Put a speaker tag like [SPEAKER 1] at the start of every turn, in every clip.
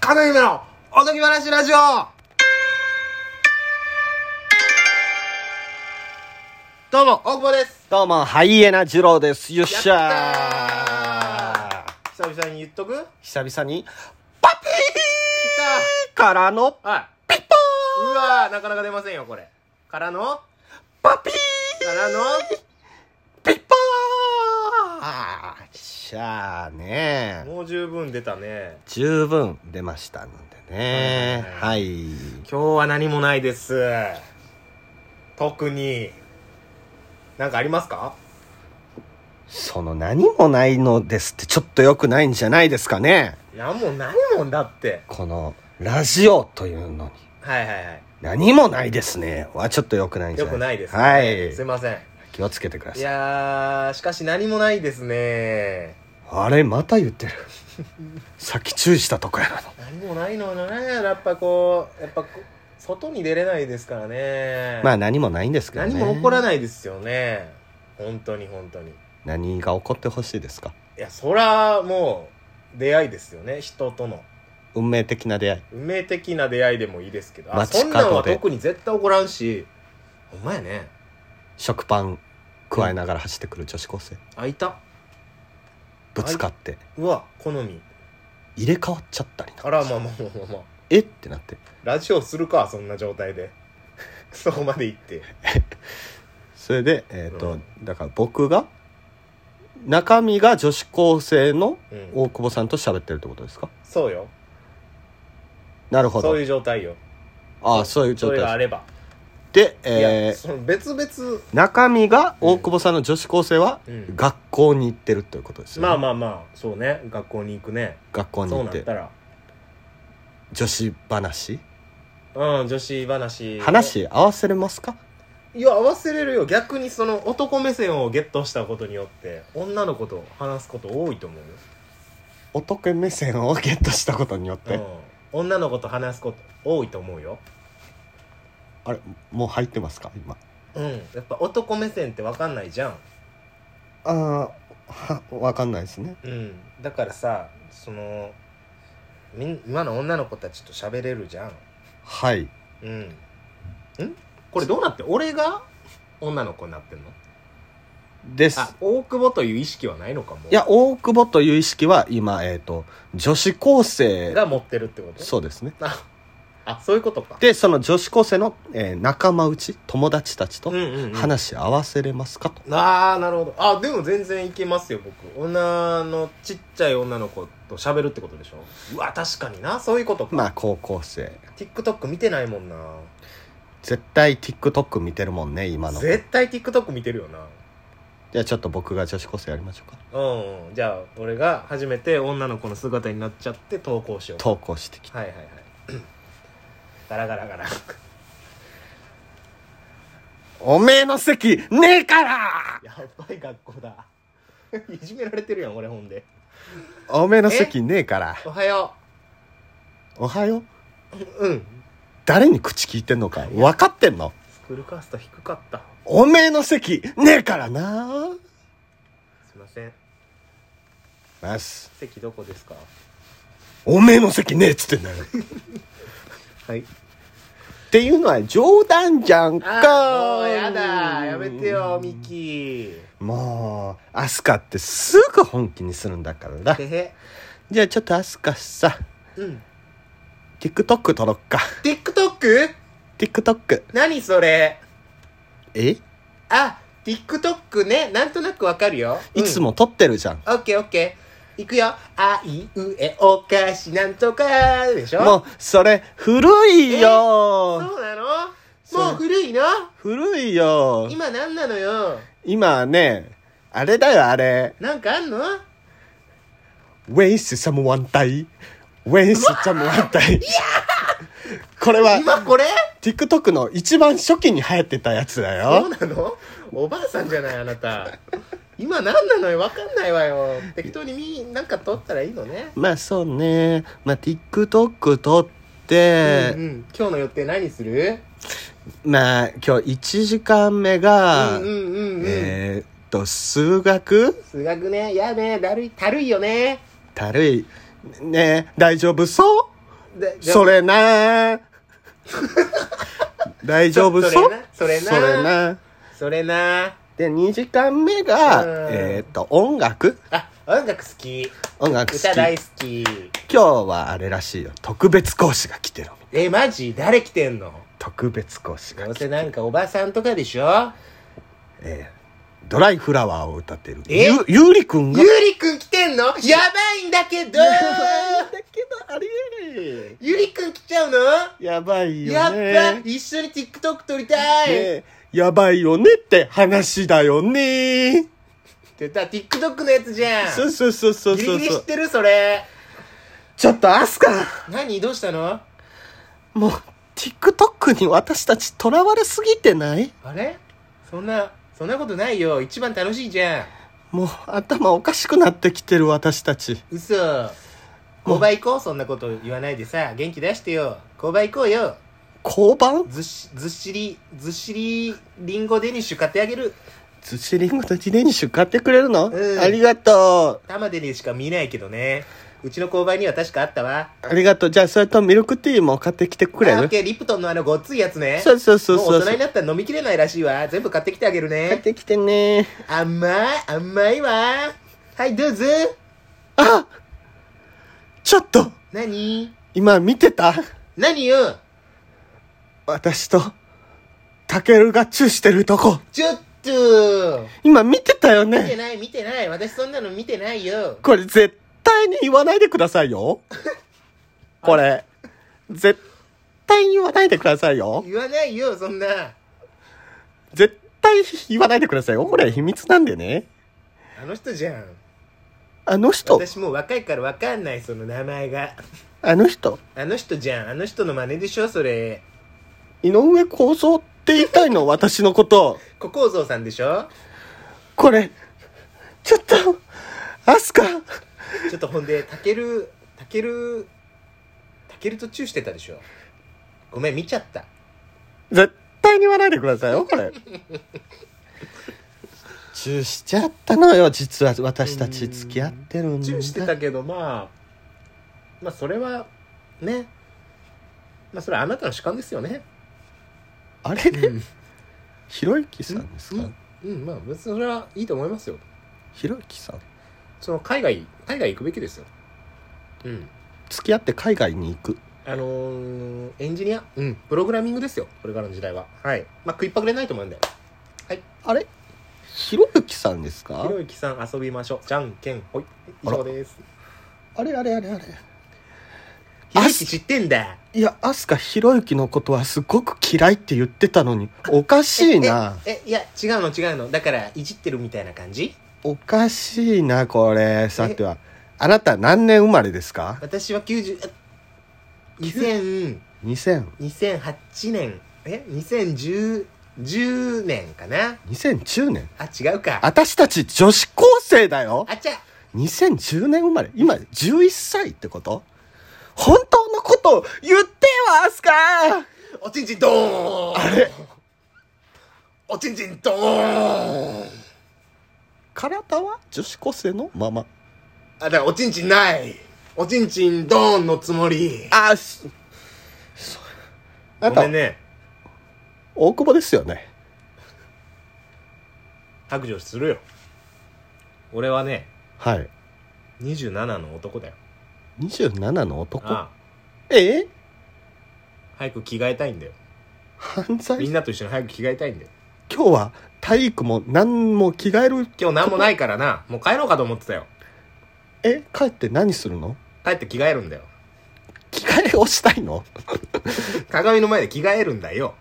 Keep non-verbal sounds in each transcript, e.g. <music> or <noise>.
[SPEAKER 1] 金夢のおとぎ話ラジオどうも、大久保です
[SPEAKER 2] どうも、ハイエナ二郎です。よっし
[SPEAKER 1] や
[SPEAKER 2] ゃ
[SPEAKER 1] ったー久々に言っとく来
[SPEAKER 2] ー久々に、パピーからの、
[SPEAKER 1] たはい。
[SPEAKER 2] ピッポ
[SPEAKER 1] うわー、なかなか出ませんよ、これ。からの
[SPEAKER 2] ーパピー
[SPEAKER 1] からの
[SPEAKER 2] ピッポーしゃあね
[SPEAKER 1] もう十分出たね。
[SPEAKER 2] 十分出ましたのでね。
[SPEAKER 1] は
[SPEAKER 2] はい。
[SPEAKER 1] 今日は何もないです。特に。なんかありますか
[SPEAKER 2] その何もないのですってちょっと良くないんじゃないですかね。
[SPEAKER 1] なんもないもんだって。
[SPEAKER 2] この、ラジオというのに。
[SPEAKER 1] はいはいはい。
[SPEAKER 2] 何もないですね。はちょっと良くないんじゃ
[SPEAKER 1] よ
[SPEAKER 2] ない
[SPEAKER 1] くないです、
[SPEAKER 2] は
[SPEAKER 1] すい
[SPEAKER 2] い。
[SPEAKER 1] ません。
[SPEAKER 2] 気をつけてくだ
[SPEAKER 1] い
[SPEAKER 2] さい。
[SPEAKER 1] やー、しかし何もないですね。
[SPEAKER 2] あれ、また言
[SPEAKER 1] <laughs>
[SPEAKER 2] ってる。さっき注意したとこやなの。
[SPEAKER 1] 何もないのよね。やっぱこう、やっぱこ外に出れないですからね。
[SPEAKER 2] まあ何もないんですけどね。
[SPEAKER 1] 何も起こら
[SPEAKER 2] い。
[SPEAKER 1] ないですよね。本当に本当に。い
[SPEAKER 2] 何が起こってほしいですか
[SPEAKER 1] や、そら、もう、出会いですよね。人との。
[SPEAKER 2] 運命的な出会い。
[SPEAKER 1] 運命的な出会いでもいいですけど。あ、
[SPEAKER 2] 街角
[SPEAKER 1] そんなんは
[SPEAKER 2] で
[SPEAKER 1] 特に絶対起こらんし。ほんまやね。
[SPEAKER 2] 食パン加えながら走ってくる女子高生。
[SPEAKER 1] あ、いた。
[SPEAKER 2] ぶつかって、
[SPEAKER 1] うわ、好み。
[SPEAKER 2] 入れ替わっちゃったりな
[SPEAKER 1] あ。ら、まあまあまあまあまあ。
[SPEAKER 2] えってなって。
[SPEAKER 1] ラジオするか、そんな状態で。 <laughs> そこまで行って。
[SPEAKER 2] それで、えっ、と、
[SPEAKER 1] うん
[SPEAKER 2] だから僕が、中身が女子高生の
[SPEAKER 1] うん。
[SPEAKER 2] 大久保さんと喋ってるってことですか
[SPEAKER 1] そうよ。
[SPEAKER 2] なるほど。
[SPEAKER 1] そういう状態よ。
[SPEAKER 2] ああ、そういう
[SPEAKER 1] そ
[SPEAKER 2] 状
[SPEAKER 1] れがあ
[SPEAKER 2] 態
[SPEAKER 1] れば。
[SPEAKER 2] です。で、
[SPEAKER 1] いや、
[SPEAKER 2] えー
[SPEAKER 1] その別々、
[SPEAKER 2] 中身が大久保さんの女子高生は
[SPEAKER 1] うん
[SPEAKER 2] 学校に行ってるということですよね。
[SPEAKER 1] まあまあまあ、そうね。学校に行くね。
[SPEAKER 2] 学校に
[SPEAKER 1] そう
[SPEAKER 2] 行
[SPEAKER 1] な
[SPEAKER 2] っ
[SPEAKER 1] ってた。ら。
[SPEAKER 2] 女子話
[SPEAKER 1] うん、女子話。
[SPEAKER 2] 話合わせれますか
[SPEAKER 1] いや、合わせれるよ。逆にその男目線をゲットしたことによって、女の子と話すこと多いと思うよ。
[SPEAKER 2] 男目線をゲットしたことによっ
[SPEAKER 1] う
[SPEAKER 2] て、
[SPEAKER 1] ん。女の子と話すこと多いと思うよ。
[SPEAKER 2] あれもう入ってますか今
[SPEAKER 1] うん。やっぱ男目線ってわかんないじゃん。
[SPEAKER 2] ああわかんないですね
[SPEAKER 1] うん。だからさ、その、みん、今の女の子たちと喋れるじゃん。
[SPEAKER 2] はい
[SPEAKER 1] うん。んこれどうなって俺が女の子になってんの
[SPEAKER 2] です
[SPEAKER 1] あ、大久保という意識はないのかも。
[SPEAKER 2] いや大久保という意識は今えっ、と女子高生
[SPEAKER 1] が持ってるってこと
[SPEAKER 2] そうですね
[SPEAKER 1] あ、あ、そういうことか。
[SPEAKER 2] でその女子高生の、えー仲間内友達たちと
[SPEAKER 1] うんうん、うん。。
[SPEAKER 2] 話合わせれますかと、
[SPEAKER 1] あー、なるほど。あ、でも全然いけますよ、僕。女の、ちっちゃい女の子と喋るってことでしょうわ、確かにな。そういうことか。
[SPEAKER 2] まあ高校生
[SPEAKER 1] TikTok 見てないもんな。
[SPEAKER 2] 絶対 TikTok 見てるもんね今のじ
[SPEAKER 1] 絶対 TikTok 見てるよな。
[SPEAKER 2] ゃあちょっと僕が女子高生やりましょうか
[SPEAKER 1] うん、うん。じゃあ、俺が初めて女の子の姿になっちゃって投稿しよう。
[SPEAKER 2] 投稿してきて
[SPEAKER 1] はいはいはいガラガラガラ
[SPEAKER 2] おめえの席ねえから
[SPEAKER 1] やばい学校だ <laughs> いじめられてるやん俺ほんで
[SPEAKER 2] おめえの席ねえから
[SPEAKER 1] おはよ
[SPEAKER 2] おはよう
[SPEAKER 1] ううん
[SPEAKER 2] 誰に口聞いてんのか分かってんの
[SPEAKER 1] スクールカースト低かった
[SPEAKER 2] おめえの席ねえからな
[SPEAKER 1] すいません
[SPEAKER 2] ナイス
[SPEAKER 1] 席どこですか
[SPEAKER 2] おめえの席ねえっつってんだよっ
[SPEAKER 1] はい
[SPEAKER 2] ていうのは冗談じゃんか
[SPEAKER 1] あーもうやだやめてよミキ
[SPEAKER 2] もうアスカってすぐ本気にするんだからな
[SPEAKER 1] へへ
[SPEAKER 2] じゃあちょっとアスカさ
[SPEAKER 1] うん
[SPEAKER 2] TikTok 撮ろっか
[SPEAKER 1] TikTok?
[SPEAKER 2] TikTok
[SPEAKER 1] 何それ
[SPEAKER 2] え
[SPEAKER 1] あ TikTok ねなんとなくわかるよ
[SPEAKER 2] いつも撮ってるじゃん、
[SPEAKER 1] オッケーオッケーいくよあいうえお菓子なんとかでしょ
[SPEAKER 2] もうそれ古いよ
[SPEAKER 1] そうなの
[SPEAKER 2] そう
[SPEAKER 1] もう古いの
[SPEAKER 2] 古いよ
[SPEAKER 1] 今何なのよ
[SPEAKER 2] 今ねあれだよあれ
[SPEAKER 1] なんかあんの
[SPEAKER 2] ウェイスサムワンタイウェイスサムワンタイ <laughs> これは
[SPEAKER 1] 今これ
[SPEAKER 2] TikTok の一番初期に流行ってたやつだ
[SPEAKER 1] そう
[SPEAKER 2] よ
[SPEAKER 1] なのおばあさんじゃないあなた今何なのよわかんないわよ適当にみなんか撮ったらいいのね
[SPEAKER 2] まあそうねまあ TikTok 撮っ
[SPEAKER 1] うん
[SPEAKER 2] て、
[SPEAKER 1] うん、今日の予定何する
[SPEAKER 2] まあ今日1時間目
[SPEAKER 1] う
[SPEAKER 2] が、
[SPEAKER 1] んうんうんうん、
[SPEAKER 2] えーっと数学
[SPEAKER 1] 数学ねやねだるいたるいよね
[SPEAKER 2] たるいね大丈夫そう
[SPEAKER 1] でじゃあ
[SPEAKER 2] そ
[SPEAKER 1] <laughs>
[SPEAKER 2] れな大丈夫
[SPEAKER 1] ちょ
[SPEAKER 2] そう
[SPEAKER 1] それな
[SPEAKER 2] そ
[SPEAKER 1] それな
[SPEAKER 2] れな
[SPEAKER 1] それな
[SPEAKER 2] で2時間目が
[SPEAKER 1] うん
[SPEAKER 2] えーっと音楽
[SPEAKER 1] あ音楽好き
[SPEAKER 2] 音楽好き
[SPEAKER 1] 歌大
[SPEAKER 2] 今
[SPEAKER 1] 好き
[SPEAKER 2] 日はあれらしいよ特別講師が来てる
[SPEAKER 1] えマジ誰来てんの
[SPEAKER 2] 特別講師が
[SPEAKER 1] どう
[SPEAKER 2] 来
[SPEAKER 1] せ
[SPEAKER 2] てる、
[SPEAKER 1] なんかおばさんとかでしょ
[SPEAKER 2] えードライフラワーを歌ってる
[SPEAKER 1] え
[SPEAKER 2] ゆゆうりくんが
[SPEAKER 1] ゆうりくん来てんのやばいんだけ
[SPEAKER 2] <laughs>
[SPEAKER 1] ど
[SPEAKER 2] けどありえ
[SPEAKER 1] ゆりくん来ちゃうの
[SPEAKER 2] やばい
[SPEAKER 1] や
[SPEAKER 2] よね
[SPEAKER 1] っぱ一緒に TikTok 撮りたい、
[SPEAKER 2] ねやばいよねって話だよね
[SPEAKER 1] って言ったら TikTok のやつじゃん
[SPEAKER 2] そうそうそうそう
[SPEAKER 1] ギ
[SPEAKER 2] そ
[SPEAKER 1] リ
[SPEAKER 2] う
[SPEAKER 1] ギリ
[SPEAKER 2] そ
[SPEAKER 1] 知
[SPEAKER 2] う
[SPEAKER 1] ってるそれ
[SPEAKER 2] ちょっとアスカ
[SPEAKER 1] 何どうしたの
[SPEAKER 2] もう TikTok に私たちとらわれすぎてない
[SPEAKER 1] あれそんなそんなことないよ一番楽しいじゃん
[SPEAKER 2] もう頭おかしくなってきてる私たち
[SPEAKER 1] 嘘購買行こうそんなこと言わないでさ元気出してよ購買行こうよ
[SPEAKER 2] 交番
[SPEAKER 1] ずっしずっしりずっしりりんごデニッシュ買ってあげる
[SPEAKER 2] ずしりんごと自転車買ってくれるの、
[SPEAKER 1] うん
[SPEAKER 2] ありがと
[SPEAKER 1] 玉でにしか見ないけどねうちの購買には確かあったわ
[SPEAKER 2] うありがとうじゃあそれとミルクティーも買ってきてくれ
[SPEAKER 1] あオッ
[SPEAKER 2] る
[SPEAKER 1] ケーリプトンのあのごっついやつね
[SPEAKER 2] そうそうそう
[SPEAKER 1] も
[SPEAKER 2] そう
[SPEAKER 1] 大人
[SPEAKER 2] う
[SPEAKER 1] になったら飲みきれないらしいわ全部買ってきてあげる
[SPEAKER 2] 買っ
[SPEAKER 1] ね
[SPEAKER 2] てきてね
[SPEAKER 1] 甘い甘いわはいどうぞ
[SPEAKER 2] あちょっと
[SPEAKER 1] 何
[SPEAKER 2] 今見てた
[SPEAKER 1] 何よ
[SPEAKER 2] 私と、タケルがチューしてるとこ。
[SPEAKER 1] ちょっと
[SPEAKER 2] 今見てたよ
[SPEAKER 1] 見て
[SPEAKER 2] ね。
[SPEAKER 1] ない見てない私そんなの見てないよ
[SPEAKER 2] これ絶対に言わないでください
[SPEAKER 1] <laughs>
[SPEAKER 2] よ。これ、絶対に言わないでくださいよ。
[SPEAKER 1] 言わないよそんな
[SPEAKER 2] 絶対言わないでくださいよ。これ秘密なんでね。
[SPEAKER 1] あの人じゃん
[SPEAKER 2] あの人、
[SPEAKER 1] 私もう若いからわかんないその名前が
[SPEAKER 2] あの人、
[SPEAKER 1] あの人じゃんあの人の真似でしょそれ
[SPEAKER 2] 井上公造って言いたいの、私のこと。
[SPEAKER 1] 小構造さんでしょ
[SPEAKER 2] これ、ちょっと、アスカ、
[SPEAKER 1] ちょっとほんでたけるたけるたけるとチューしてたでしょごめん見ちゃった
[SPEAKER 2] 絶対に言わないでくださいよ、
[SPEAKER 1] <laughs>
[SPEAKER 2] これ。チューしちゃったのよ、実は私たち付き合ってるんだ。
[SPEAKER 1] チューしてたけどまあまあそれはねまあそれはあなたの主観ですよね
[SPEAKER 2] あれ、
[SPEAKER 1] うん
[SPEAKER 2] ひろゆきさんですか、
[SPEAKER 1] うんまあ別にそれはいいと思いますよ
[SPEAKER 2] ひろゆきさん
[SPEAKER 1] その海外海外行くべきですようん
[SPEAKER 2] 付き合って海外に行く。
[SPEAKER 1] あのー、エンジニアうんプログラミングですよこれからの時代ははいまあ食いっぱぐれないと思うんだよ
[SPEAKER 2] あれひろゆきさんですか
[SPEAKER 1] ひろゆきさん遊びましょうじゃんけんほい以上です
[SPEAKER 2] あれあれあれあれ
[SPEAKER 1] ひろゆき知ってんだ
[SPEAKER 2] いや、アスカひろゆきのことはすごく嫌いって言ってたのに、おかしいな。
[SPEAKER 1] ええいや違うの違うのだからいじってるみたいな感じ
[SPEAKER 2] おかしいな、これ。さては、あなた何年生まれですか
[SPEAKER 1] 私は90あ2000
[SPEAKER 2] ?2000、
[SPEAKER 1] 2008年え2010 10年かな
[SPEAKER 2] 2010年。
[SPEAKER 1] あ違うかあ
[SPEAKER 2] 私たち女子高生だよ
[SPEAKER 1] ちゃ
[SPEAKER 2] !2010 年生まれ今11歳ってこと本当のことを言ってよ、アスカ
[SPEAKER 1] おちんちんドーンあれおちんちんドーン
[SPEAKER 2] 体は女子高生のまま。
[SPEAKER 1] あだからおちんちんないおちんちんドーンのつもり
[SPEAKER 2] あ、し、
[SPEAKER 1] ご
[SPEAKER 2] あなた、
[SPEAKER 1] めんね
[SPEAKER 2] 大久保ですよね。
[SPEAKER 1] 白状するよ俺はね
[SPEAKER 2] はい。
[SPEAKER 1] 27の男だよ
[SPEAKER 2] 27の男。
[SPEAKER 1] あ
[SPEAKER 2] え
[SPEAKER 1] あ早く着替えたいんだよ
[SPEAKER 2] 犯
[SPEAKER 1] みん
[SPEAKER 2] 罪
[SPEAKER 1] なと一緒に早く着替えたいんだよ
[SPEAKER 2] 今日は体育も何も着替える。
[SPEAKER 1] 今日何もないからなもう帰ろうかと思ってたよ
[SPEAKER 2] え帰って何するの
[SPEAKER 1] 帰って着替えるんだよ
[SPEAKER 2] 着替えをしたいの
[SPEAKER 1] 鏡の前で着替えるんだよ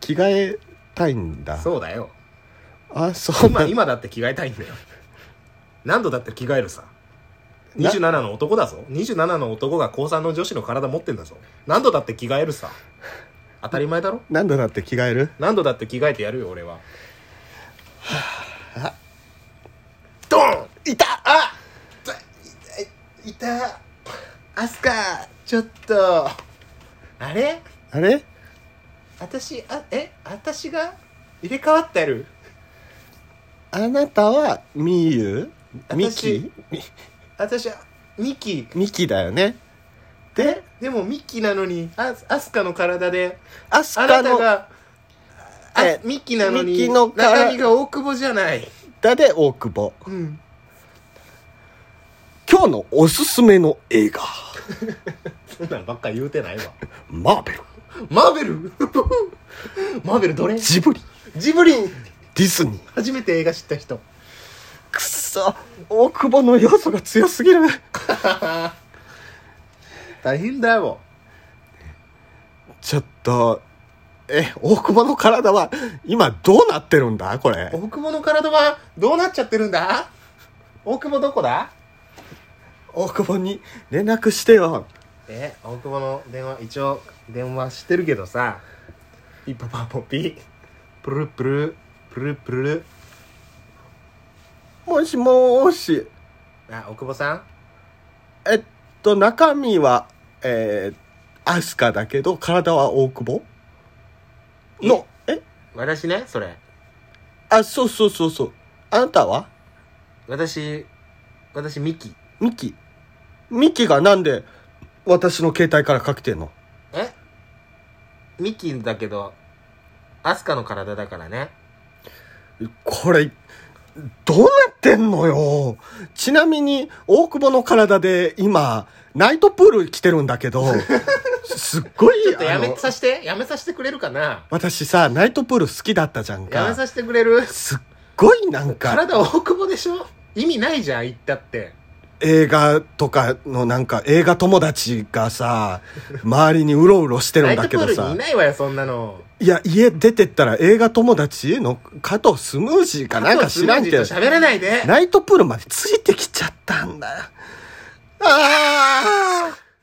[SPEAKER 2] 着替えたいんだ。
[SPEAKER 1] そうだよ
[SPEAKER 2] あ、そう
[SPEAKER 1] 今
[SPEAKER 2] な
[SPEAKER 1] 今だって着替えたいんだよ何度だって着替えるさ27の男だぞ27の男が高3の女子の体持ってんだぞ何度だって着替えるさ当たり前だろ
[SPEAKER 2] 何度だって着替える
[SPEAKER 1] 何度だって着替えてやるよ俺はドンいたあいいたいたアスカちょっとあれ
[SPEAKER 2] あれ
[SPEAKER 1] 私あえ私が入れ替わってる
[SPEAKER 2] あなたはみゆミ
[SPEAKER 1] 私
[SPEAKER 2] キみ
[SPEAKER 1] 私はミキ
[SPEAKER 2] ミキだよねで
[SPEAKER 1] でもミッキーなのにあアスカの体で
[SPEAKER 2] アス
[SPEAKER 1] あ
[SPEAKER 2] カ
[SPEAKER 1] なた
[SPEAKER 2] の
[SPEAKER 1] があ
[SPEAKER 2] え
[SPEAKER 1] ミッキーなの
[SPEAKER 2] ミッ
[SPEAKER 1] に
[SPEAKER 2] キーのから
[SPEAKER 1] 中身が大久保じゃない、
[SPEAKER 2] だで大久保
[SPEAKER 1] うん、
[SPEAKER 2] 今日のおすすめの映画
[SPEAKER 1] そんなんばっか言うてないわ
[SPEAKER 2] マーベル
[SPEAKER 1] マーベル <laughs> マーベルどれ
[SPEAKER 2] ジブリ
[SPEAKER 1] ジブリン
[SPEAKER 2] ディズニー
[SPEAKER 1] 初めて映画知った人
[SPEAKER 2] くっそ大久保の要素が強すぎる
[SPEAKER 1] 大変だよ
[SPEAKER 2] ちょっとえ大久保の体は今どうなってるんだこれ
[SPEAKER 1] 大久保の体はどうなっちゃってるんだ大久保どこだ
[SPEAKER 2] 大久保に連絡してよ
[SPEAKER 1] え大久保の電話一応電話してるけどさピッパパポピプルプルプルプル
[SPEAKER 2] もしもーし
[SPEAKER 1] あ大久保さん
[SPEAKER 2] えっと中身はえー、アスカだけど体は大久保のえ
[SPEAKER 1] 私ねそれ
[SPEAKER 2] あそうそうそうそうあなたは
[SPEAKER 1] 私私ミキ
[SPEAKER 2] ミキミキがなんで私の携帯からかけてんの
[SPEAKER 1] えミキだけどアスカの体だからね
[SPEAKER 2] これどうなってんのよちなみに大久保の体で今ナイトプール着てるんだ
[SPEAKER 1] <laughs>
[SPEAKER 2] けどすっごい
[SPEAKER 1] ちょっとや
[SPEAKER 2] あ
[SPEAKER 1] め
[SPEAKER 2] の
[SPEAKER 1] さしてやめさせてくれるかな
[SPEAKER 2] 私さナイトプール好きだったじゃん
[SPEAKER 1] やめ
[SPEAKER 2] か
[SPEAKER 1] させてくれる
[SPEAKER 2] すっごいなんか
[SPEAKER 1] 体大久保でしょ意味ないじゃん言ったって
[SPEAKER 2] 映画とかのなんか映画友達がさ周りにうろうろしてる
[SPEAKER 1] ナ
[SPEAKER 2] ん
[SPEAKER 1] イ
[SPEAKER 2] だ
[SPEAKER 1] ト
[SPEAKER 2] け
[SPEAKER 1] プー
[SPEAKER 2] ど
[SPEAKER 1] ルに
[SPEAKER 2] さ
[SPEAKER 1] いないわよそんなの
[SPEAKER 2] いや家出てったら映画友達の加藤スムージーかなんか知らんけど
[SPEAKER 1] 加藤スムージーと喋らないで
[SPEAKER 2] ナイトプールまでついてきちゃったんだよ。ああ